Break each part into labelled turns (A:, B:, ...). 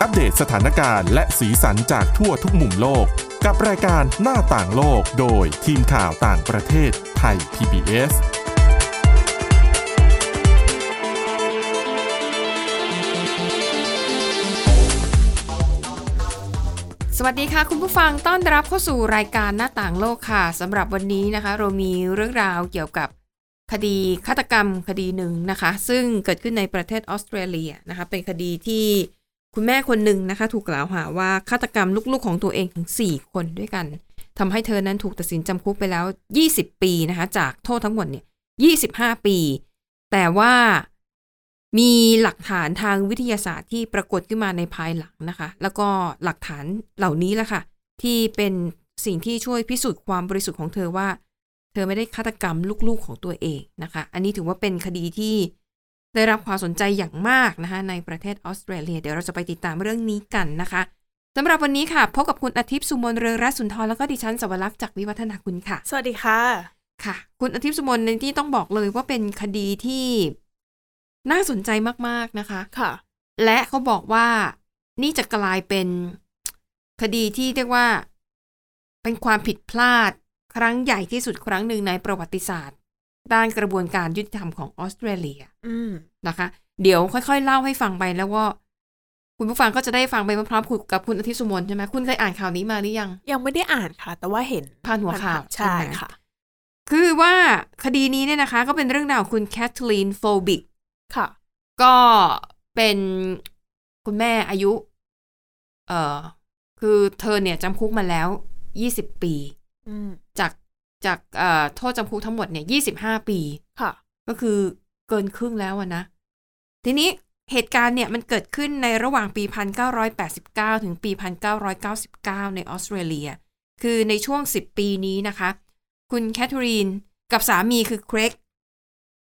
A: อัปเดตสถานการณ์และสีสันจากทั่วทุกมุมโลก กับรายการหน้าต่างโลกโดยทีมข่าวต่างประเทศไทย PBS
B: สวัสดีค่ะ คุณผู้ฟังต้อนรับเข้าสู่รายการหน้าต่างโลกค่ะสำหรับวันนี้นะคะ เรามีเรื่องราวเกี่ยวกับคดีฆาตกรรมคดีหนึ่งนะคะ ซึ่งเกิดขึ้นในประเทศออสเตรเลียนะคะ เป็นคดีที่คุณแม่คนหนึ่งนะคะ ถูกกล่าวหาว่าฆาตกรรมลูกๆของตัวเองถึง 4 คนด้วยกันทำให้เธอนั้นถูกตัดสินจำคุกไปแล้ว 20 ปีนะคะ จากโทษทั้งหมดเนี่ย25 ปี แต่ว่า มีหลักฐานทางวิทยาศาสตร์ที่ปรากฏขึ้นมาในภายหลังนะคะ แล้วก็หลักฐานเหล่านี้แหละค่ะ ที่เป็นสิ่งที่ช่วยพิสูจน์ความบริสุทธิ์ของเธอว่า เธอไม่ได้ฆาตกรรมลูกๆของตัวเองนะคะ อันนี้ถือว่าเป็นคดีที่ได้รับความสนใจอย่างมากนะคะในประเทศออสเตรเลีย เดี๋ยวเราจะไปติดตามเรื่องนี้กันนะคะสำหรับวันนี้ค่ะพบกับคุณอาทิตย์สุมนเรืองรัตน์สุนทรแล้วก็ดิฉันสวรักษ์จากวิวัฒนาคุณค่ะ
C: สวัสดีค่ะ
B: ค่ะ คุณอาทิตย์สุมนในที่ต้องบอกเลยว่าเป็นคดีที่น่าสนใจมาก ๆ นะคะ
C: ค่ะ
B: และเขาบอกว่านี่จะกลายเป็นคดีที่เรียกว่า เป็นความผิดพลาดครั้งใหญ่ที่สุดครั้งหนึ่งในประวัติศาสตร์ ด้านกระบวนการยุติธรรมของออสเตรเลีย
C: อืม
B: นะคะเดี๋ยวค่อยๆ เล่าให้ฟังไปแล้วว่า คุณผู้ฟังก็จะได้ฟังไปพร้อมๆกับคุณอาทิตย์สุมนใช่ไหมคุณเคยอ่านข่าวนี้มาหรือยัง
C: ยังไม่ได้อ่านค่ะ แต่ว่าเห็น
B: ผ่านหัวข่าว
C: ใช่
B: ไหม
C: ค่ะ
B: คือว่าคดีนี้เนี่ยนะคะ ก็เป็นเรื่องราวของคุณแคทลีนโฟบิก
C: ค่ะ
B: ก็เป็นคุณแม่อายุ เอ่อคือเธอเนี่ยจำคุกมาแล้ว 20 ปี
C: อืม
B: จากจากเอ่อโทษจำคุกทั้งหมดเนี่ย 25 ปี
C: ค่ะ
B: ก็คือเกินครึ่งแล้วอะนะ ทีนี้เหตุการณ์เนี่ยมันเกิดขึ้นในระหว่างปี 1989 ถึงปี 1999 ในออสเตรเลีย คือในช่วง 10 ปีนี้นะคะ คุณแคทเธอรีนกับสามีคือเครก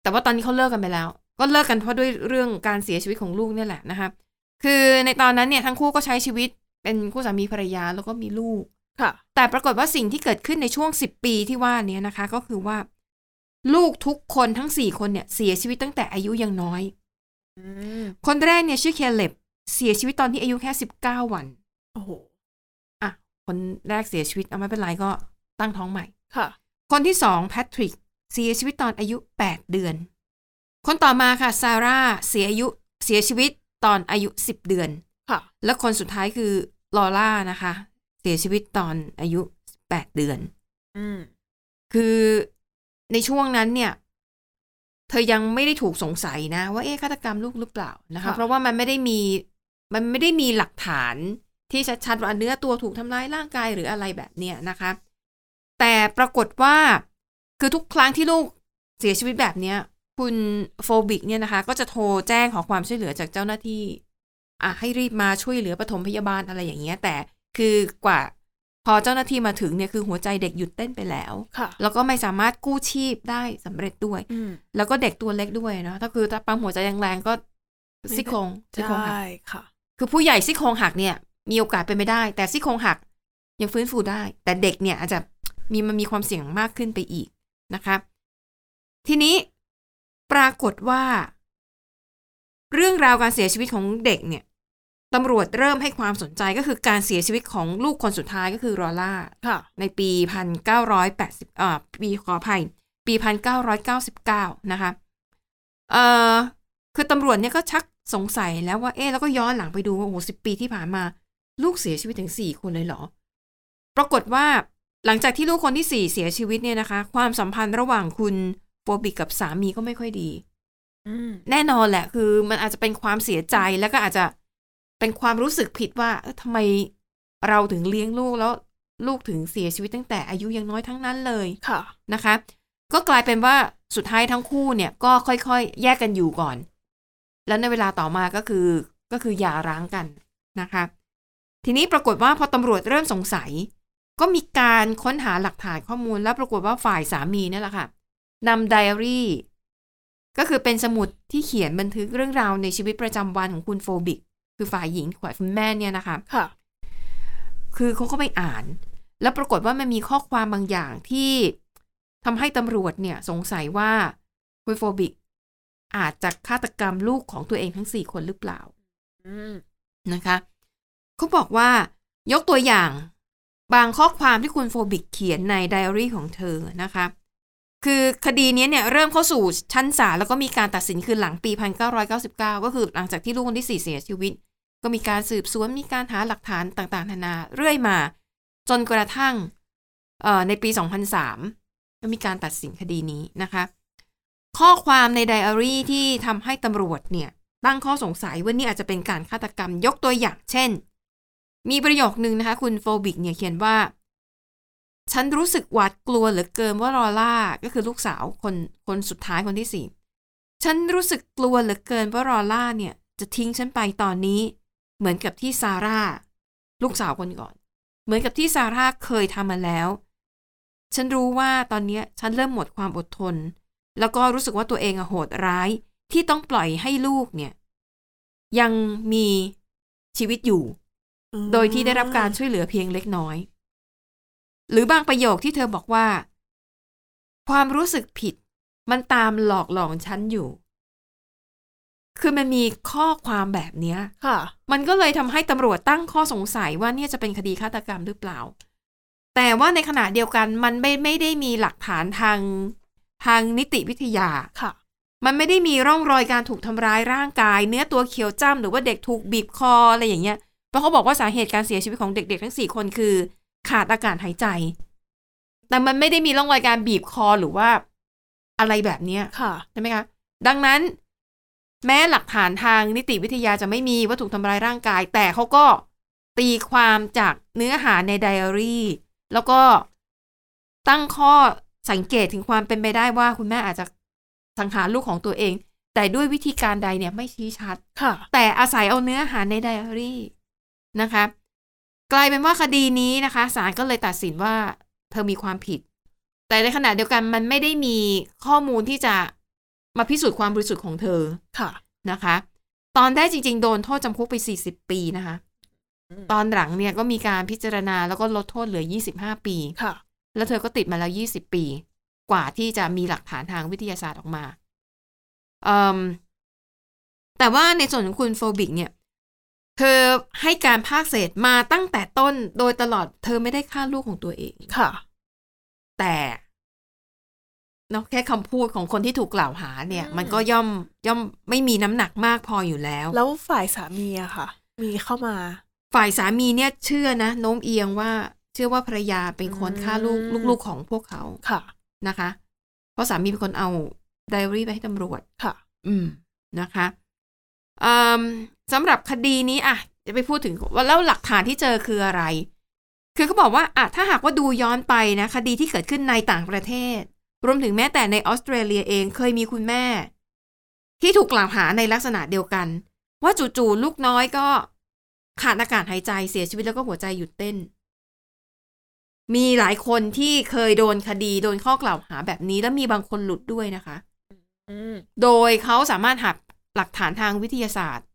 B: แต่ว่าตอนนี้เขาเลิกกันไปแล้ว ก็เลิกกันเพราะด้วยเรื่องการเสียชีวิตของลูกเนี่ยแหละนะคะคือในตอนนั้นเนี่ยทั้งคู่ก็ใช้ชีวิตเป็นคู่สามีภรรยาแล้วก็มีลูก
C: ค่ะ
B: แต่ปรากฏว่าสิ่งที่เกิดขึ้นในช่วง 10 ปีที่ว่าเนี้นะคะ ก็คือว่า ลูกทุกคนทั้ง 4 คนเนี่ยเสียชีวิตตั้งแต่อายุยังน้อย
C: อืม
B: คนแรกเนี่ยชื่อเคเลบเสียชีวิตตอนที่อายุแค่ 19 วัน
C: โอ้โห
B: อ่ะ คนแรกเสียชีวิตเอาไม่เป็นไรก็ตั้งท้องใหม่
C: ค่ะ
B: คนที่สองแพทริกเสียชีวิตตอนอายุ 8 เดือน คนต่อมาค่ะซาร่าเสียอายุเสียชีวิตตอนอายุ 10 เดือน
C: ค่ะ
B: และคนสุดท้ายคือลอร่านะคะ เสียชีวิตตอนอายุ 8 เดือน
C: อืม
B: คือในช่วงนั้นเนี่ย เธอยังไม่ได้ถูกสงสัยนะ ว่าเอ๊ะฆาตกรรมลูกหรือเปล่านะคะ
C: ค่ะ
B: เพราะว่ามันไม่ได้มีมันไม่ได้มีหลักฐานที่ชัดๆว่าเนื้อตัวถูกทำร้ายร่างกายหรืออะไรแบบเนี้ยนะคะ แต่ปรากฏว่าคือทุกครั้งที่ลูกเสียชีวิตแบบเนี้ย คุณโฟบิกเนี่ยนะคะ ก็จะโทรแจ้งขอความช่วยเหลือจากเจ้าหน้าที่ อ่ะให้รีบมาช่วยเหลือปฐมพยาบาลอะไรอย่างเงี้ย แต่คือกว่าพอเจ้าหน้าที่มาถึงเนี่ยคือหัวใจเด็กหยุดเต้นไปแล้ว
C: ค่ะ
B: แล้วก็ไม่สามารถกู้ชีพได้สำเร็จด้วย
C: อืม
B: แล้วก็เด็กตัวเล็กด้วยเนาะถ้าคือถ้าปั๊มหัวใจแรงๆก็ซี่โครงซี่โครงหัก
C: ได้ค่ะ
B: คือผู้ใหญ่ซี่โครงหักเนี่ย มีโอกาสเป็นไม่ได้ แต่ซี่โครงหักยังฟื้นฟูได้ แต่เด็กเนี่ยอาจจะมีมันมีความเสี่ยงมากขึ้นไปอีกนะคะ ทีนี้ปรากฏว่า เรื่องราวการเสียชีวิตของเด็กเนี่ยตำรวจเริ่มให้ความสนใจก็คือการเสียชีวิตของลูกคนสุดท้ายก็คือรอล่า
C: ค่ะ
B: ในปี 1980เอ่อปีขออภัย ปี 1999 นะคะ เอ่อ คือตำรวจเนี่ยก็ชักสงสัยแล้วว่า เอ๊ะแล้วก็ย้อนหลังไปดูว่าโอ้โหสิปีที่ผ่านมา ลูกเสียชีวิตถึง 4 คนเลยเหรอ ปรากฏว่าหลังจากที่ลูกคนที่ 4 เสียชีวิตเนี่ยนะคะ ความสัมพันธ์ระหว่างคุณโฟบิกกับสามีก็ไม่ค่อยดี
C: อืม
B: แน่นอนแหละ คือมันอาจจะเป็นความเสียใจแล้วก็อาจจะเป็นความรู้สึกผิดว่าเอ้อทำไมเราถึงเลี้ยงลูกแล้วลูกถึงเสียชีวิตตั้งแต่อายุยังน้อยทั้งนั้นเลย
C: ค่ะ
B: นะคะ ก็กลายเป็นว่าสุดท้ายทั้งคู่เนี่ยก็ค่อยๆ แยกกันอยู่ก่อน แล้วในเวลาต่อมาก็คือก็คือหย่าร้างกันนะคะ ทีนี้ปรากฏว่าพอตำรวจเริ่มสงสัย ก็มีการค้นหาหลักฐานข้อมูล แล้วปรากฏว่าฝ่ายสามีเนี่ยแหละค่ะนำไดอารี่ ก็คือเป็นสมุดที่เขียนบันทึกเรื่องราวในชีวิตประจำวันของคุณโฟบิก คือฝ่ายหญิงฝ่ายคุณแม่เนี่ยนะคะ
C: ค่ะ
B: คือเขาก็ไปอ่าน แล้วปรากฏว่ามันมีข้อความบางอย่างที่ทำให้ตำรวจเนี่ยสงสัยว่าคุณโฟบิก อาจจะฆาตกรรมลูกของตัวเองทั้ง 4 คนหรือเปล่า
C: อืม
B: นะคะ เขาบอกว่ายกตัวอย่าง บางข้อความที่คุณโฟบิกเขียนในไดอารี่ของเธอนะคะ คือคดีเนี้ยเนี่ยเริ่มเข้าสู่ชั้นศาลแล้วก็มีการตัดสินคือหลังปี 1999 ก็คือหลังจากที่ลูกคนที่ 4 เสียชีวิต ก็มีการสืบสวนมีการหาหลักฐานต่างๆนานาเรื่อยมา จนกระทั่งเอ่อในปี 2003 ก็มีการตัดสินคดีนี้นะคะ ข้อความในไดอารี่ที่ทำให้ตำรวจเนี่ย ตั้งข้อสงสัยว่านี่อาจจะเป็นการฆาตกรรมยกตัวอย่างเช่น มีประโยคนึงนะคะ คุณโฟบิกเนี่ยเขียนว่า ฉันรู้สึกหวาดกลัวเหลือเกินว่าลอล่าก็คือลูกสาวคนคนสุดท้ายคนที่สี่ฉันรู้สึกกลัวเหลือเกินว่าลอล่าเนี่ย จะทิ้งฉันไปตอนนี้ เหมือนกับที่ซาร่าลูกสาวคนก่อน เหมือนกับที่ซาร่าเคยทำมาแล้ว ฉันรู้ว่าตอนเนี้ยฉันเริ่มหมดความอดทน แล้วก็รู้สึกว่าตัวเองอะโหดร้ายที่ต้องปล่อยให้ลูกเนี่ย ยังมีชีวิตอยู่
C: อืม
B: โดยที่ได้รับการช่วยเหลือเพียงเล็กน้อย หรือบางประโยคที่เธอบอกว่า ความรู้สึกผิด มันตามหลอกหลอนฉันอยู่ คือมันมีข้อความแบบเนี้ย
C: ค่ะ
B: มันก็เลยทำให้ตำรวจตั้งข้อสงสัยว่าเนี่ยจะเป็นคดีฆาตกรรมหรือเปล่า แต่ว่าในขณะเดียวกันมันไม่ไม่ได้มีหลักฐานทางทางนิติวิทยา
C: ค่ะ
B: มันไม่ได้มีร่องรอยการถูกทำร้ายร่างกาย เนื้อตัวเขียวจ้ำหรือว่าเด็กถูกบีบคออะไรอย่างเงี้ยเพราะเขาบอกว่าสาเหตุการเสียชีวิตของเด็กๆ ทั้ง 4 คนคือ ขาดอากาศหายใจ แต่มันไม่ได้มีร่องรอยการบีบคอหรือว่าอะไรแบบเนี้ย
C: ค่ะ
B: ใช่ไหมคะ ดังนั้น แม้หลักฐานทางนิติวิทยาจะไม่มีว่าถูกทำร้ายร่างกาย แต่เขาก็ตีความจากเนื้อหาในไดอารี่ แล้วก็ตั้งข้อสังเกตถึงความเป็นไปได้ว่าคุณแม่อาจจะสังหารลูกของตัวเอง แต่ด้วยวิธีการใดเนี่ยไม่ชี้ชัด
C: ค่ะ
B: แต่อาศัยเอาเนื้อหาในไดอารี่นะคะ กลายเป็นว่าคดีนี้นะคะศาลก็เลยตัดสินว่าเธอมีความผิด แต่ในขณะเดียวกันมันไม่ได้มีข้อมูลที่จะมาพิสูจน์ความบริสุทธิ์ของเธอ
C: ค่ะ
B: นะคะ ตอนแรกจริง ๆ โดนโทษจำคุกไป 40 ปีนะคะ
C: อืม
B: ตอนหลังเนี่ยก็มีการพิจารณาแล้วก็ลดโทษเหลือ 25 ปี
C: ค่ะ
B: แล้วเธอก็ติดมาแล้ว 20 ปี กว่าที่จะมีหลักฐานทางวิทยาศาสตร์ออกมาเอิ่มแต่ว่าในส่วนของคุณโฟบิกเนี่ย เธอให้การภาคเศษมาตั้งแต่ต้นโดยตลอดเธอไม่ได้ฆ่าลูกของตัวเอง
C: ค่ะ
B: แต่เนาะแค่คำพูดของคนที่ถูกกล่าวหาเนี่ย
C: อืม
B: มันก็ย่อมย่อมไม่มีน้ำหนักมากพออยู่แล้ว
C: แล้วฝ่ายสามีอะค่ะ มีเข้ามา
B: ฝ่ายสามีเนี่ยเชื่อนะโน้มเอียงว่า เชื่อว่าภรรยาเป็นคนฆ่าลูก
C: อืม
B: ลูกๆของพวกเขา
C: ค่ะ
B: นะคะ เพราะสามีเป็นคนเอาไดอารี่ไปให้ตำรวจ
C: ค่ะ
B: อืม นะคะเอิ่มสำหรับคดีนี้อ่ะ จะไปพูดถึงว่าแล้วหลักฐานที่เจอคืออะไร คือเขาบอกว่าอ่ะถ้าหากว่าดูย้อนไปนะ คดีที่เกิดขึ้นในต่างประเทศ รวมถึงแม้แต่ในออสเตรเลียเองเคยมีคุณแม่ ที่ถูกกล่าวหาในลักษณะเดียวกัน ว่าจู่ๆลูกน้อยก็ขาดอากาศหายใจเสียชีวิตแล้วก็หัวใจหยุดเต้น มีหลายคนที่เคยโดนคดีโดนข้อกล่าวหาแบบนี้ แล้วมีบางคนหลุดด้วยนะคะ
C: อืม
B: โดยเขาสามารถหักหลักฐานทางวิทยาศาสตร์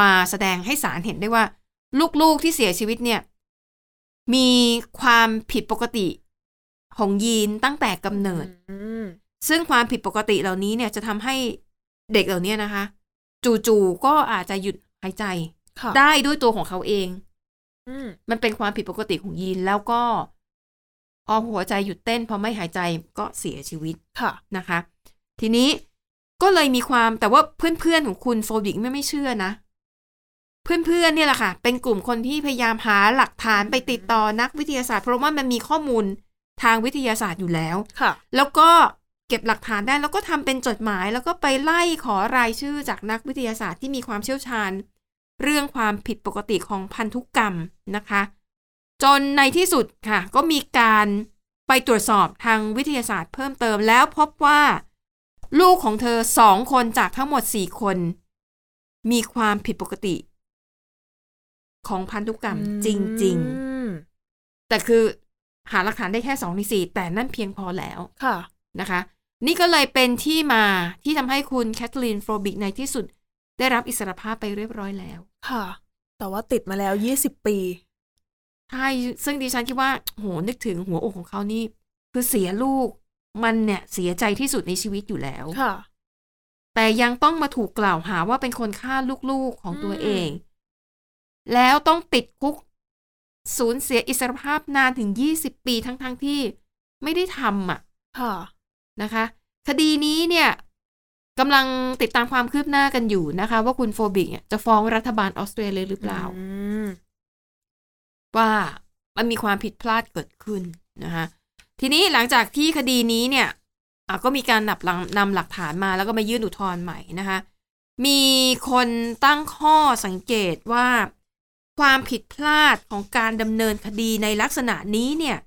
B: มาแสดงให้ศาลเห็นได้ว่า ลูกๆที่เสียชีวิตเนี่ย มีความผิดปกติของยีนตั้งแต่กำเนิด
C: อืม
B: ซึ่งความผิดปกติเหล่านี้เนี่ยจะทำให้เด็กเหล่านี้นะคะ จู่ๆก็อาจจะหยุดหายใจ
C: ค่ะ
B: ได้ด้วยตัวของเขาเอง
C: อืม
B: มันเป็นความผิดปกติของยีนแล้วก็พอหัวใจหยุดเต้นพอไม่หายใจก็เสียชีวิต
C: ค่ะ
B: นะคะ ทีนี้ก็เลยมีความแต่ว่าเพื่อนๆของคุณโฟบิกไม่ไม่เชื่อนะ เพื่อนๆเนี่ยแหละค่ะ เป็นกลุ่มคนที่พยายามหาหลักฐานไปติดต่อนักวิทยาศาสตร์ เพราะว่ามันมีข้อมูลทางวิทยาศาสตร์อยู่แล้ว
C: ค่ะ
B: แล้วก็เก็บหลักฐานได้แล้วก็ทำเป็นจดหมาย แล้วก็ไปไล่ขอรายชื่อจากนักวิทยาศาสตร์ที่มีความเชี่ยวชาญ เรื่องความผิดปกติของพันธุกรรมนะคะ จนในที่สุดค่ะ ก็มีการไปตรวจสอบทางวิทยาศาสตร์เพิ่มเติมแล้วพบว่า ลูกของเธอสองคนจากทั้งหมดสี่คน มีความผิดปกติ ของพันธุกรรมจริง
C: อืม
B: ๆ แต่คือหาหลักฐานได้แค่สองในสี่แต่นั่นเพียงพอแล้ว
C: ค่ะ
B: นะคะนี่ก็เลยเป็นที่มาที่ทำให้คุณแคทลีนโฟบิกในที่สุด ได้รับอิสรภาพไปเรียบร้อยแล้ว
C: ค่ะ แต่ว่าติดมาแล้วยี่สิบปี
B: ใช่ซึ่งดิฉันคิดว่าโหนึกถึงหัวอกของเขานี่ คือเสียลูกมันเนี่ยเสียใจที่สุดในชีวิตอยู่แล้ว
C: ค่ะ
B: แต่ยังต้องมาถูกกล่าวหาว่าเป็นคนฆ่าลูกๆของตัว
C: อืม
B: เอง แล้วต้องติดคุกสูญเสียอิสรภาพนานถึง 20 ปีทั้งๆทที่ไม่ได้ทำอ่ะ
C: ค่ะ
B: นะคะ คดีนี้เนี่ยกำลังติดตามความคืบหน้ากันอยู่นะคะ ว่าคุณโฟบิกเนี่ยจะฟ้องรัฐบาลออสเตรเลียหรือเปล่า
C: อืม
B: ว่ามันมีความผิดพลาดเกิดขึ้นนะคะทีนี้หลังจากที่คดีนี้เนี่ยอ่ะก็มีการนับหลังนำหลักฐานมาแล้วก็มายื่นอุทธรณ์ใหม่นะคะมีคนตั้งข้อสังเกตว่าความผิดพลาดของการดำเนินคดีในลักษณะนี้เนี่ย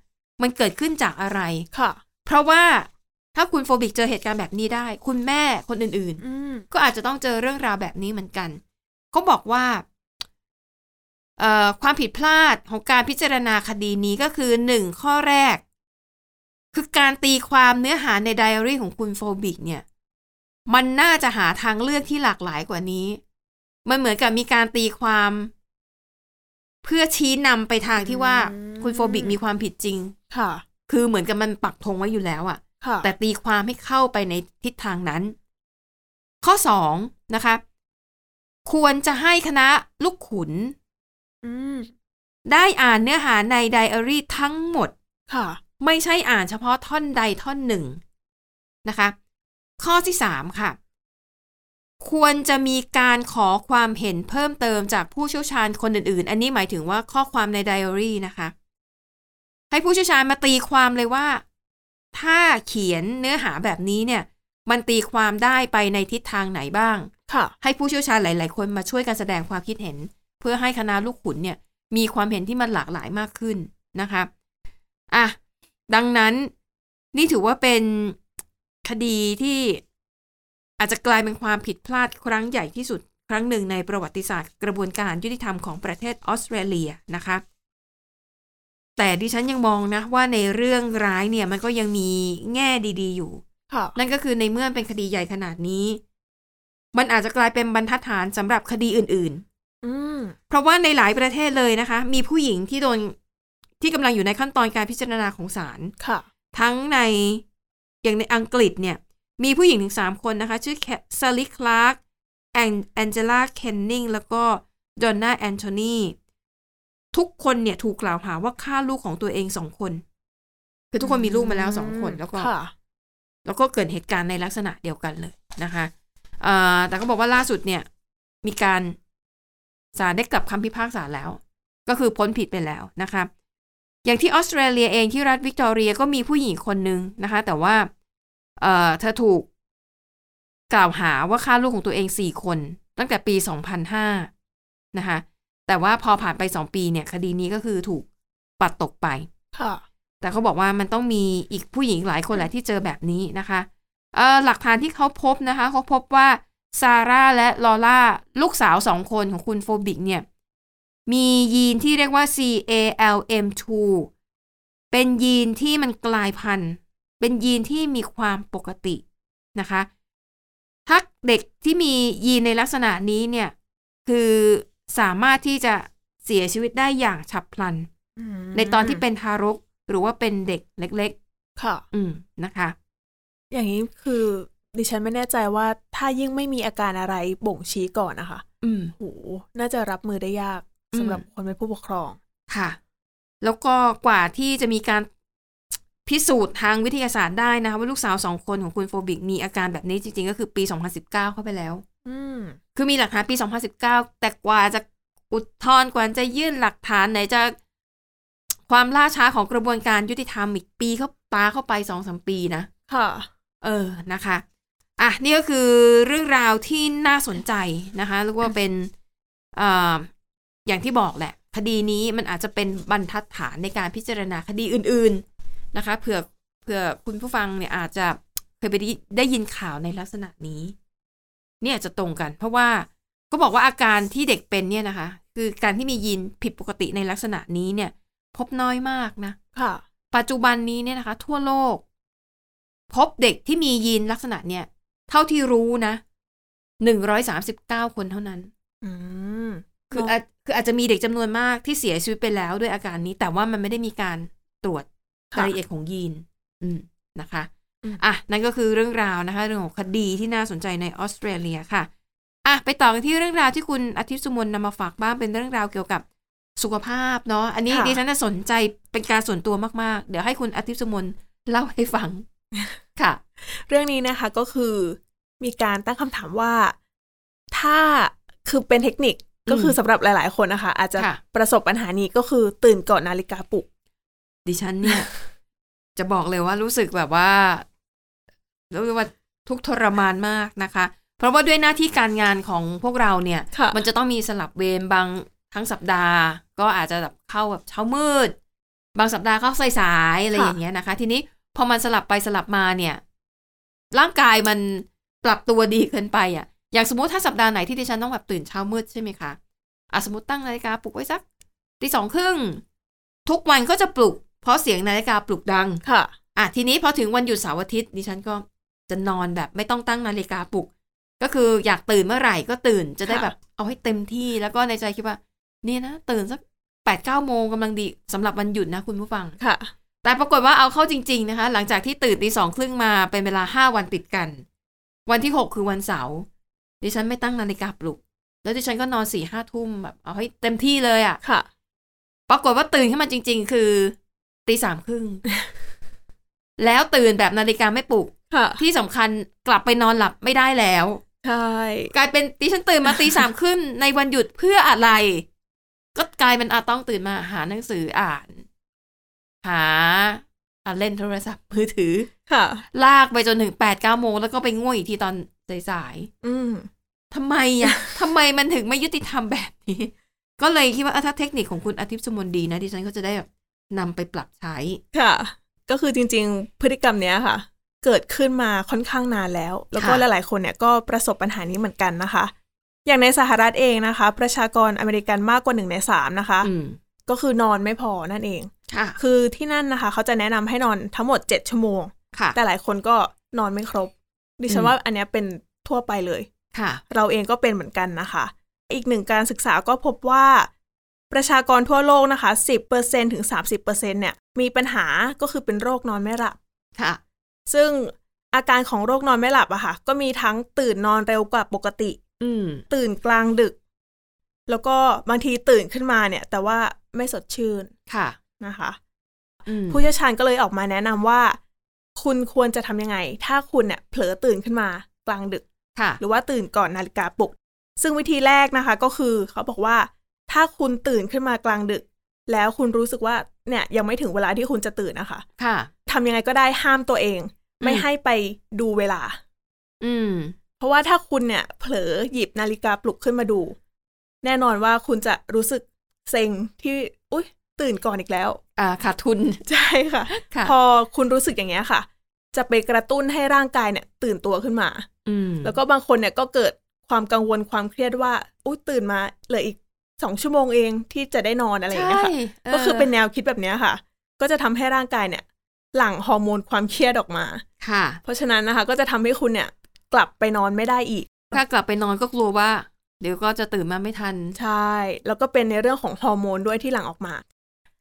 B: มันเกิดขึ้นจากอะไร
C: ค่ะ
B: เพราะว่าถ้าคุณโฟบิกเจอเหตุการณ์แบบนี้ได้ คุณแม่คนอื่น
C: อืม
B: ๆ ก็อาจจะต้องเจอเรื่องราวแบบนี้เหมือนกันเขาบอกว่าเอ่อความผิดพลาดของการพิจารณาคดีนี้ก็คือหนึ่งข้อแรก คือการตีความเนื้อหาในไดอารี่ของคุณโฟบิกเนี่ย มันน่าจะหาทางเลือกที่หลากหลายกว่านี้ มันเหมือนกับมีการตีความ เพื่อชี้นำไปทางที่ว่า
C: อืม
B: คุณโฟบิกมีความผิดจริง
C: ค่ะ
B: คือเหมือนกับมันปักธงไว้อยู่แล้วอะ
C: ค่ะ
B: แต่ตีความให้เข้าไปในทิศทางนั้น ข้อสองนะคะ ควรจะให้คณะลูกขุน
C: อืม
B: ได้อ่านเนื้อหาในไดอารี่ทั้งหมด
C: ค่ะ
B: ไม่ใช่อ่านเฉพาะท่อนใดท่อนหนึ่งนะคะ ข้อที่สามค่ะ ควรจะมีการขอความเห็นเพิ่มเติมจากผู้เชี่ยวชาญคนอื่นๆ อันนี้หมายถึงว่าข้อความในไดอารี่นะคะ ให้ผู้เชี่ยวชาญมาตีความเลยว่า ถ้าเขียนเนื้อหาแบบนี้เนี่ย มันตีความได้ไปในทิศทางไหนบ้าง
C: ค่ะ
B: ให้ผู้เชี่ยวชาญหลาย ๆ คนมาช่วยกันแสดงความคิดเห็น เพื่อให้คณะลูกขุนเนี่ย มีความเห็นที่มันหลากหลายมากขึ้นนะคะอ่ะดังนั้นนี่ถือว่าเป็นคดีที่อาจจะกลายเป็นความผิดพลาดครั้งใหญ่ที่สุด ครั้งหนึ่งในประวัติศาสตร์กระบวนการยุติธรรมของประเทศออสเตรเลียนะคะ แต่ดิฉันยังมองนะว่าในเรื่องร้ายเนี่ยมันก็ยังมีแง่ดี ๆ อยู่
C: ค่ะ
B: นั่นก็คือในเมื่อเป็นคดีใหญ่ขนาดนี้ มันอาจจะกลายเป็นบรรทัดฐานสำหรับคดีอื่น
C: อืม
B: ๆ เพราะว่าในหลายประเทศเลยนะคะ มีผู้หญิงที่โดนที่กำลังอยู่ในขั้นตอนการพิจารณาของศาล
C: ค่ะ
B: ทั้งในอย่างในอังกฤษเนี่ย มีผู้หญิงถึงสามคนนะคะ ชื่อซาลิคลาร์กแองแองเจลาเคนนิงแล้วก็ดอนน่าแอนโทนีทุกคนเนี่ยถูกกล่าวหาว่าฆ่าลูกของตัวเองสองคน คือทุกคนมีลูกมาแล้วสองคนแล้วก็
C: ค่ะ
B: แล้วก็เกิดเหตุการณ์ในลักษณะเดียวกันเลยนะคะเอ่อแต่ก็บอกว่าล่าสุดเนี่ย มีการศาลได้กลับคำพิพากษาแล้ว ก็คือพ้นผิดไปแล้วนะคะ อย่างที่ออสเตรเลียเองที่รัฐวิกตอเรียก็มีผู้หญิงคนนึงนะคะ แต่ว่าเอ่อเธอถูกกล่าวหาว่าฆ่าลูกของตัวเองสี่คน ตั้งแต่ปี 2005 นะคะ แต่ว่าพอผ่านไปสองปีเนี่ย คดีนี้ก็คือถูกปัดตกไป
C: ค่ะ
B: แต่เขาบอกว่ามันต้องมีอีกผู้หญิงหลายคนแหละที่เจอแบบนี้นะคะเอ่อหลักฐานที่เขาพบนะคะ เขาพบว่าซาร่าและลอล่าลูกสาวสองคนของคุณโฟบิกเนี่ย มียีนที่เรียกว่า CALM2 เป็นยีนที่มันกลายพันธุ์ เป็นยีนที่มีความปกตินะคะ ถ้าเด็กที่มียีนในลักษณะนี้เนี่ย คือสามารถที่จะเสียชีวิตได้อย่างฉับพลัน
C: อืม
B: ในตอนที่เป็นทารกหรือว่าเป็นเด็กเล็ก
C: ค่ะ
B: ๆ อืมนะคะ
C: อย่างนี้คือดิฉันไม่แน่ใจว่าถ้ายิ่งไม่มีอาการอะไรบ่งชี้ก่อนนะคะ
B: อืม
C: โห น่าจะรับมือได้ยาก
B: อืม
C: สำหรับคนเป็นผู้ปกครอง
B: ค่ะ แล้วก็กว่าที่จะมีการพิสูจน์ทางวิทยาศาสตร์ได้นะคะว่าลูกสาวสองคนของคุณโฟบิกมีอาการแบบนี้จริง ๆ ก็คือปี 2019 เข้าไปแล้ว
C: อืม
B: คือมีหลักฐานปี 2019 แต่กว่าจะอุทธรณ์กว่าจะยื่นหลักฐานไหนจะความล่าช้าของกระบวนการยุติธรรมอีกปีเขาปาเข้าไปสองสามปีนะ
C: ค่ะ
B: เออ นะคะ อ่ะ นี่ก็คือเรื่องราวที่น่าสนใจนะคะเรียกว่าเป็นเอ่ออย่างที่บอกแหละ คดีนี้มันอาจจะเป็นบรรทัดฐานในการพิจารณาคดีอื่นๆ นะคะ เผื่อ เผื่อคุณผู้ฟังเนี่ยอาจจะเคยไปได้ได้ยินข่าวในลักษณะนี้ เนี่ยอาจจะตรงกัน เพราะว่าก็บอกว่าอาการที่เด็กเป็นเนี่ยนะคะ คือการที่มียีนผิดปกติในลักษณะนี้เนี่ย พบน้อยมากนะ
C: ค่ะ
B: ปัจจุบันนี้เนี่ยนะคะ ทั่วโลก พบเด็กที่มียีนลักษณะเนี่ย เท่าที่รู้นะหนึ่งร้อยสามสิบเก้าคนเท่านั้น
C: อืม
B: คือ
C: เนอะ
B: อาจคืออาจจะมีเด็กจำนวนมากที่เสียชีวิตไปแล้วด้วยอาการนี้ แต่ว่ามันไม่ได้มีการตรวจรา
C: ค่ะ
B: ยละเอียดของยีน อืมนะคะ
C: อืม
B: อ่ะนั่นก็คือเรื่องราวนะคะ เรื่องของคดีที่น่าสนใจในออสเตรเลียค่ะ อ่ะไปต่อกันที่เรื่องราวที่คุณอาทิตย์สุมนต์นำมาฝากบ้างเป็นเรื่องราวเกี่ยวกับสุขภาพเนาะอันนี้
C: ค่ะ
B: ดิฉันน่ะสนใจเป็นการส่วนตัวมากๆ เดี๋ยวให้คุณอาทิตย์สุมนต์เล่าให้ ฟัง ค่ะ
C: เรื่องนี้นะคะก็คือมีการตั้งคำถามว่าถ้าคือเป็นเทคนิคก็คือสำหรับหลาย ๆ คนนะคะ อาจจะ
B: ค่ะ
C: ประสบปัญหานี้ก็คือตื่นก่อนนาฬิกาปลุก
B: ดิฉันเนี่ย จะบอกเลยว่ารู้สึกแบบว่ารู้สึกว่าทุกข์ทรมานมากนะคะ เพราะว่าด้วยหน้าที่การงานของพวกเราเนี่ย
C: ค่ะ
B: มันจะต้องมีสลับเวรบางทั้งสัปดาห์ ก็อาจจะแบบเข้าแบบเช้ามืด บางสัปดาห์เข้าสายๆอะไรอย่างเงี้ยนะคะ ทีนี้พอมันสลับไปสลับมาเนี่ย ร่างกายมันปรับตัวดีเกินไปอ่ะ อย่างสมมติถ้าสัปดาห์ไหนที่ดิฉันต้องแบบตื่นเช้ามืดใช่ไหมคะอ่ะสมมติตั้งนาฬิกาปลุกไว้สักตีสองครึ่งทุกวันก็จะปลุก เพราะเสียงนาฬิกาปลุกดัง
C: ค่ะ
B: อ่ะทีนี้พอถึงวันหยุดเสาร์อาทิตย์ดิฉันก็จะนอนแบบไม่ต้องตั้งนาฬิกาปลุก ก็คืออยากตื่นเมื่อไหร่ก็ตื่นจะได้
C: ค่ะ
B: แบบเอาให้เต็มที่แล้วก็ในใจคิดว่า นี่นะ ตื่นสักแปดเก้าโมงกำลังดีสำหรับวันหยุดนะคุณผู้ฟัง
C: ค่ะ
B: แต่ปรากฏว่าเอาเข้าจริง ๆนะคะ หลังจากที่ตื่นตีสองครึ่งมาเป็นเวลาห้าวันติดกัน วันที่หกคือวันเสาร์ดิฉันไม่ตั้งนาฬิกาปลุก แล้วดิฉันก็นอนสี่ห้าทุ่มแบบเอาให้เต็มที่เลยอ่ะ
C: ค่ะ
B: ปรากฏว่าตื่นขึ้นมาจริง ๆ คือตีสามครึ่ง แล้วตื่นแบบนาฬิกาไม่ปลุก
C: ค่ะ
B: ที่สำคัญกลับไปนอนหลับไม่ได้แล้ว
C: ใช่
B: กลายเป็นดิฉันตื่นมา ตีสามครึ่งในวันหยุดเพื่ออะไร ก็กลายเป็นอาต้องตื่นมาหาหนังสืออ่าน หาอ่ะเล่นโทรศัพท์มือถือ
C: ค่ะ
B: ลากไปจนถึงแปดเก้าโมงแล้วก็ไปง่วงอีกทีตอนสายๆ
C: อืม
B: ทำไมอ่ะ ทำไมมันถึงไม่ยุติธรรมแบบนี้ ก็เลยคิดว่าเออถ้าเทคนิคของคุณอาทิตย์สมนต์ดีนะดิฉันก็จะได้แบบนำไปปรับใช้
C: ค่ะ ก็คือจริงๆ พฤติกรรมเนี้ยค่ะ เกิดขึ้นมาค่อนข้างนานแล้ว แล้วก็ห
B: ค่ะ
C: ลายๆ คนเนี่ยก็ประสบปัญหานี้เหมือนกันนะคะ อย่างในสหรัฐเองนะคะ ประชากรอเมริกันมากกว่าหนึ่งในสามนะคะ
B: อืม
C: ก็คือนอนไม่พอนั่นเอง
B: ค่ะ
C: คือที่นั่นนะคะ เขาจะแนะนำให้นอนทั้งหมด 7 ชั่วโมง
B: ค่ะ
C: แต่หลายคนก็นอนไม่ครบ ดิฉั
B: อื
C: น
B: ม
C: ว่าอันเนี้ยเป็นทั่วไปเลย
B: ค่ะ
C: เราเองก็เป็นเหมือนกันนะคะ อีกหนึ่งการศึกษาก็พบว่าประชากรทั่วโลกนะคะ 10%ถึง 30%เนี่ยมีปัญหาก็คือเป็นโรคนอนไม่หลับ
B: ค่ะ
C: ซึ่งอาการของโรคนอนไม่หลับอะค่ะ ก็มีทั้งตื่นนอนเร็วกว่าปกติ
B: อืม
C: ตื่นกลางดึก แล้วก็บางทีตื่นขึ้นมาเนี่ย แต่ว่าไม่สดชื่น
B: ค่ะ
C: นะคะ
B: อืม
C: ผู้เชี่ยวชาญก็เลยออกมาแนะนำว่า คุณควรจะทำยังไง ถ้าคุณเนี่ยเผลอตื่นขึ้นมากลางดึก
B: ค่ะ
C: หรือว่าตื่นก่อนนาฬิกาปลุก ซึ่งวิธีแรกนะคะก็คือเขาบอกว่า ถ้าคุณตื่นขึ้นมากลางดึก แล้วคุณรู้สึกว่าเนี่ยยังไม่ถึงเวลาที่คุณจะตื่นนะคะ
B: ค่ะ
C: ทำยังไงก็ได้ห้ามตัวเอง ไม่
B: อืม
C: ให้ไปดูเวลา
B: อืม
C: เพราะว่าถ้าคุณเนี่ย เผลอหยิบนาฬิกาปลุกขึ้นมาดู แน่นอนว่าคุณจะรู้สึกเซ็งที่อุ๊ย ตื่นก่อนอีกแล้ว
B: อ่า ขาดทุน
C: ใช่ค่ะ
B: ค่ะ
C: พอคุณรู้สึกอย่างเงี้ยค่ะ จะไปกระตุ้นให้ร่างกายเนี่ย ตื่นตัวขึ้นมา
B: อืม
C: แล้วก็บางคนเนี่ยก็เกิดความกังวลความเครียดว่า อุ้ยตื่นมาเหลืออีกสองชั่วโมงเองที่จะได้นอนอะไรอย่างเงี้ยค่ะ
B: ใช่
C: ก็คือเป็นแนวคิดแบบเนี้ยค่ะ ก็จะทำให้ร่างกายเนี่ย หลั่งฮอร์โมนความเครียดออกมา
B: ค่ะ
C: เพราะฉะนั้นนะคะ ก็จะทำให้คุณเนี่ย กลับไปนอนไม่ได้อีก
B: ถ้ากลับไปนอนก็กลัวว่า เดี๋ยวก็จะตื่นมาไม่ทัน
C: ใช่ แล้วก็เป็นในเรื่องของฮอร์โมนด้วยที่หลั่งออกมา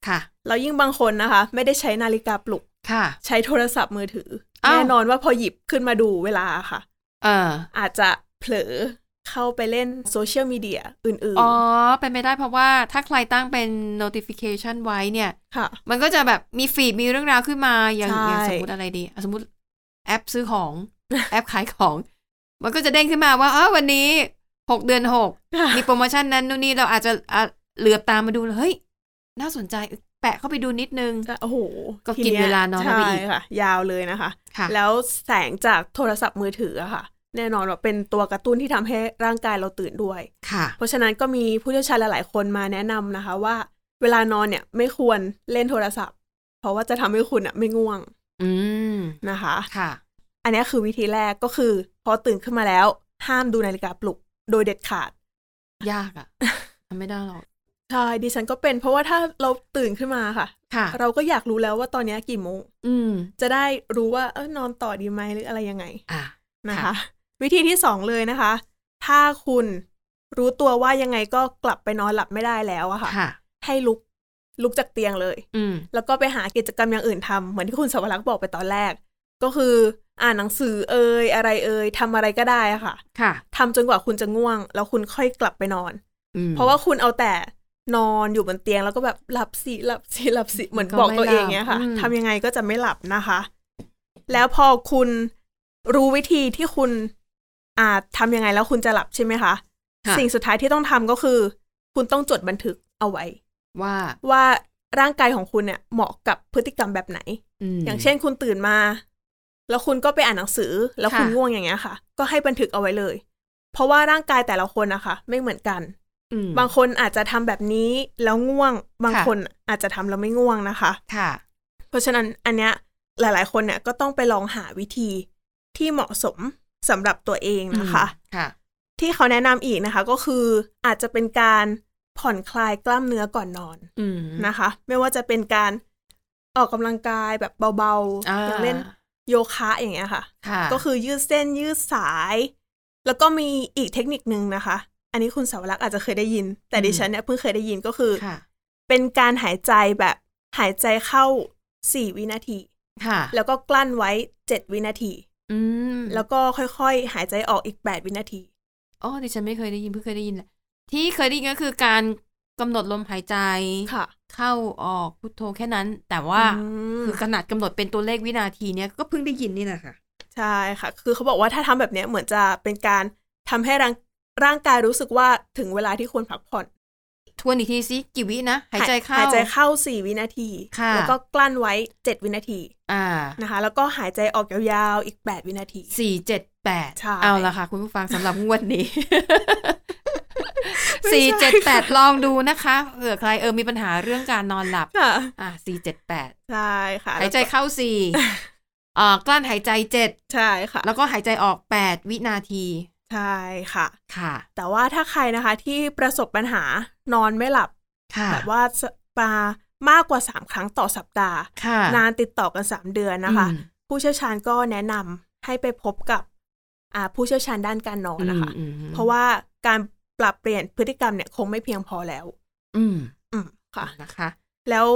B: ค่ะ
C: แล้วยิ่งบางคนนะคะ ไม่ได้ใช้นาฬิกาปลุก
B: ค่ะ
C: ใช้โทรศัพท์มือถือ
B: อ้าว
C: แน่นอนว่าพอหยิบขึ้นมาดูเวลาค่ะ
B: เออ
C: อาจจะเผลอเข้าไปเล่นโซเชียลมีเดียอื่น
B: อ๋อ เป็นไปได้เพราะว่าถ้าใครตั้งเป็น notification ไว้เนี่ย
C: ๆ ค่ะ
B: มันก็จะแบบมีฟีดมีเรื่องราวขึ้นมาอย่าง
C: ใช่
B: อย่างสมมติอะไรดีอ่ะสมมติแอปซื้อของ แอปขายของ มันก็จะเด้งขึ้นมาว่าเออวันนี้หกเดือน หก
C: ค่ะ
B: มีโปรโมชั่นนั้นนู่นนี่เราอาจจะอ่ะเหลือบตามมาดูเลยเฮ้ย น่าสนใจแปะเข้าไปดูนิดนึง
C: ก็โอ้โห
B: ก็กิน
C: ทีย
B: เวลานอนเข้า
C: ใช่
B: ไปอีก
C: ค่ะ ยาวเลยนะคะ
B: ค่ะ
C: แล้วแสงจากโทรศัพท์มือถืออะค่ะ แน่นอนว่าเป็นตัวกระตุ้นที่ทำให้ร่างกายเราตื่นด้วย
B: ค่ะ
C: เพราะฉะนั้นก็มีผู้เชี่ยวชาญหลาย ๆ คนมาแนะนำนะคะ ว่า เวลานอนเนี่ยไม่ควรเล่นโทรศัพท์ เพราะว่าจะทำให้คุณอ่ะไม่ง่วง
B: อืม
C: นะคะ
B: ค่ะ
C: อันนี้คือวิธีแรกก็คือ พอตื่นขึ้นมาแล้ว ห้ามดูนาฬิกาปลุก โดยเด็ดขาด
B: ยาก อ่ะทำไม่ได้หรอก
C: ใช่ดิฉันก็เป็น เพราะว่าถ้าเราตื่นขึ้นมาค่ะ
B: ค่ะ
C: เราก็อยากรู้แล้วว่าตอนเนี้ยกี่โมง
B: อืม
C: จะได้รู้ว่าเออนอนต่อดีไหมหรืออะไรยังไง
B: อ่ะ
C: นะคะ
B: ค่ะ
C: วิธีที่สองเลยนะคะ ถ้าคุณรู้ตัวว่ายังไงก็กลับไปนอนหลับไม่ได้แล้วอะค่ะ
B: ค่ะ
C: ให้ลุกลุกจากเตียงเลย
B: อืม
C: แล้วก็ไปหากิจกรรมอย่างอื่นทำเหมือนที่คุณสวรักษ์บอกไปตอนแรก ก็คืออ่านหนังสือเอ่ยอะไรเอ่ยทำอะไรก็ได้อะค่ะ
B: ค่ะ
C: ทำจนกว่าคุณจะง่วง แล้วคุณค่อยกลับไปนอน
B: อืม
C: เพราะว่าคุณเอาแต่นอนอยู่บนเตียงแล้วก็แบบหลับสิหลับสิหลับสิเหมือนบอกตัวเองเนี้ยค่ะ
B: ก็ไม่หลับอืม
C: ทำยังไงก็จะไม่หลับนะคะ แล้วพอคุณรู้วิธีที่คุณอาจทำยังไงแล้วคุณจะหลับใช่ไหมคะ
B: ค่ะ
C: สิ่งสุดท้ายที่ต้องทำก็คือ คุณต้องจดบันทึกเอาไว้
B: ว่า
C: ว่าร่างกายของคุณเนี่ยเหมาะกับพฤติกรรมแบบไหน
B: ม
C: อย่างเช่นคุณตื่นมา แล้วคุณก็ไปอ่านหนังสือ แล้วคุณ
B: ค่ะ
C: ง่วงอย่างเงี้ยค่ะ ก็ให้บันทึกเอาไว้เลย เพราะว่าร่างกายแต่ละคนนะคะไม่เหมือนกัน
B: อืม
C: บางคนอาจจะทำแบบนี้แล้วง่วง บาง
B: ค่ะ
C: คนอาจจะทำแล้วไม่ง่วงนะคะ
B: ค่ะ
C: เพราะฉะนั้นอันเนี้ยหลาย ๆ คนเนี่ยก็ต้องไปลองหาวิธีที่เหมาะสมสำหรับตัวเองนะคะ
B: อืมค่ะ
C: ที่เขาแนะนำอีกนะคะก็คืออาจจะเป็นการผ่อนคลายกล้ามเนื้อก่อนนอน
B: อืม
C: นะคะ ไม่ว่าจะเป็นการออกกำลังกายแบบเบาๆ
B: อ่า
C: อย่างเล่นโยคะอย่างเงี้ยค่ะ
B: ค่ะ
C: ก็คือยืดเส้นยืดสาย แล้วก็มีอีกเทคนิคนึงนะคะ อันนี้คุณสาวรักษ์อาจจะเคยได้ยิน แต่ดิฉันเนี่ยเพิ่งเคยได้ยินก็คือ
B: ค่ะ
C: เป็นการหายใจแบบหายใจเข้า 4 วินาที
B: ค่ะ
C: แล้วก็กลั้นไว้ 7 วินาที
B: อืม
C: แล้วก็ค่อยๆ หายใจออกอีก 8 วินาที
B: อ๋อดิฉันไม่เคยได้ยินเพิ่งเคยได้ยินแหละที่เคยได้ยินก็คือการกำหนดลมหายใจ
C: ค่ะ
B: เข้าออกพุทโธแค่นั้น แต่ว่า
C: อืม
B: คือขนาดกำหนดเป็นตัวเลขวินาทีเนี้ยก็เพิ่งได้ยินนี่แหละค่ะ
C: ใช่ค่ะ คือเขาบอกว่าถ้าทำแบบเนี้ยเหมือนจะเป็นการทำให้ร่างร่างกายรู้สึกว่าถึงเวลาที่ควรพักผ่อน
B: ทวนอีกทีสิกี่วินะหายใจเข้า
C: หายใจเข้า 4 วินาที
B: ค่ะ
C: แล้วก็กลั้นไว้ 7 วินาที
B: อ่า
C: นะคะ แล้วก็หายใจออกยาวๆ อีก 8 วินาที
B: สี่เจ็ดแปด
C: ใช่
B: เอาละค่ะ คุณผู้ฟังสำหรับงวด นี้ สี่เจ็ดแปดลองดูนะคะเผื่อใครเออมีปัญหาเรื่องการนอนหลับ
C: ค่ะ
B: อ่าสี่เจ็ดแปด
C: ใช่ค่ะ
B: หายใจเข้า สี่เอ่อกลั้นหายใจเจ็ด
C: ใช่ค่ะ
B: แล้วก็หายใจออกแปดวินาที
C: ใช่ค่ะ
B: ค่ะ
C: แต่ว่าถ้าใครนะคะที่ประสบปัญหานอนไม่หลับ
B: ค่ะ
C: แบบว่าสปามากกว่า 3 ครั้งต่อสัปดาห์
B: ค่ะ
C: นานติดต่อกัน 3 เดือนนะคะ
B: อืม
C: ผู้เชี่ยวชาญก็แนะนำให้ไปพบกับอ่าผู้เชี่ยวชาญด้านการนอนนะคะ
B: อืมอืม
C: เพราะว่าการปรับเปลี่ยนพฤติกรรมเนี่ยคงไม่เพียงพอแล้ว
B: อืม
C: อืมค่ะ
B: นะคะ
C: แล้ว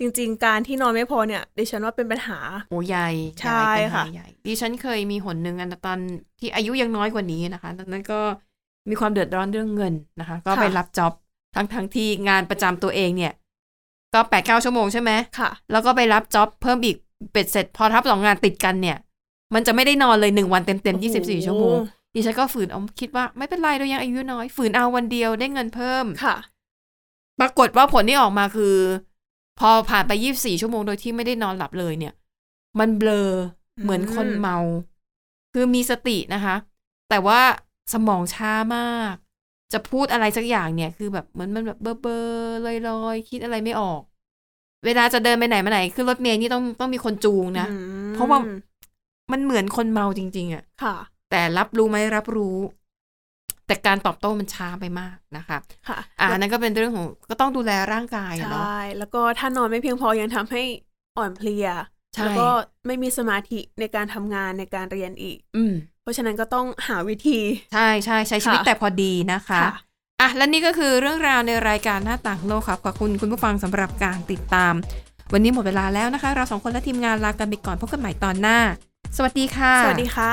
C: จริงๆ การที่นอนไม่พอเนี่ยดิฉันว่าเป็นปัญหา
B: โอ้ใหญ่
C: ใช่
B: ญ่เป็น
C: ค่ะ
B: หาใหญ่ดิฉันเคยมีหนหนึ่งอันตอนที่อายุยังน้อยกว่านี้นะคะตอนนั้นก็มีความเดือดร้อนเรื่องเงินนะคะ ก็ไปรับจ็อบทั้งทั้งๆที่งานประจำตัวเองเนี่ย ก็แปดเก้าชั่วโมงใช่ไหม
C: ค่ะ
B: แล้วก็ไปรับจ็อบเพิ่มอีกเป็ดเสร็จ พอทับสองงานติดกันเนี่ย มันจะไม่ได้นอนเลยหนึ่งวันเต็มเต็ม
C: โอ้
B: ยี่สิบ
C: โห
B: สี่ชั่วโมงดิฉันก็ฝืนเอาคิดว่าไม่เป็นไรเรายังอายุน้อย ฝืนเอาวันเดียวได้เงินเพิ่ม
C: ค่ะ
B: ปรากฏว่าผลที่ออกมาคือ พอผ่านไปยี่บสี่ชั่วโมงโดยที่ไม่ได้นอนหลับเลยเนี่ย มันเบลอ
C: อืม
B: เหมือนคนเมา คือมีสตินะคะ แต่ว่าสมองช้ามาก จะพูดอะไรสักอย่างเนี่ย คือแบบเหมือนมันแบบเบลอๆลอยๆ คิดอะไรไม่ออก เวลาจะเดินไปไหนมาไหนคือรถเมล์นี่ต้องต้องมีคนจูงนะ
C: อืม
B: เพราะว่า มันเหมือนคนเมาจริง ๆอะ
C: ค่ะ
B: แต่รับรู้ไหมรับรู้ แต่การตอบโต้มันช้าไปมากนะคะ
C: ค่ะ
B: อ่านั่นก็เป็นเรื่องของก็ต้องดูแลร่างกายอะ
C: ใช
B: เนาะ
C: ่แล้วก็ถ้านอนไม่เพียงพอยังทำให้อ่อนเพลีย
B: ใช่
C: แล้วก็ไม่มีสมาธิในการทำงานในการเรียนอีก
B: อืม
C: เพราะฉะนั้นก็ต้องหาวิธี
B: ใช่ใช่ใช้ชีวิต
C: ค่ะ
B: แต่พอดีนะคะ
C: ค่ะ
B: อ่ะ และนี่ก็คือเรื่องราวในรายการหน้าต่างโลกครับขอบคุณคุณผู้ฟังสำหรับการติดตาม วันนี้หมดเวลาแล้วนะคะ เราสองคนและทีมงานลากันไปก่อนพบกันใหม่ตอนหน้า สวัสดีค่ะ
C: สวัสดีค่ะ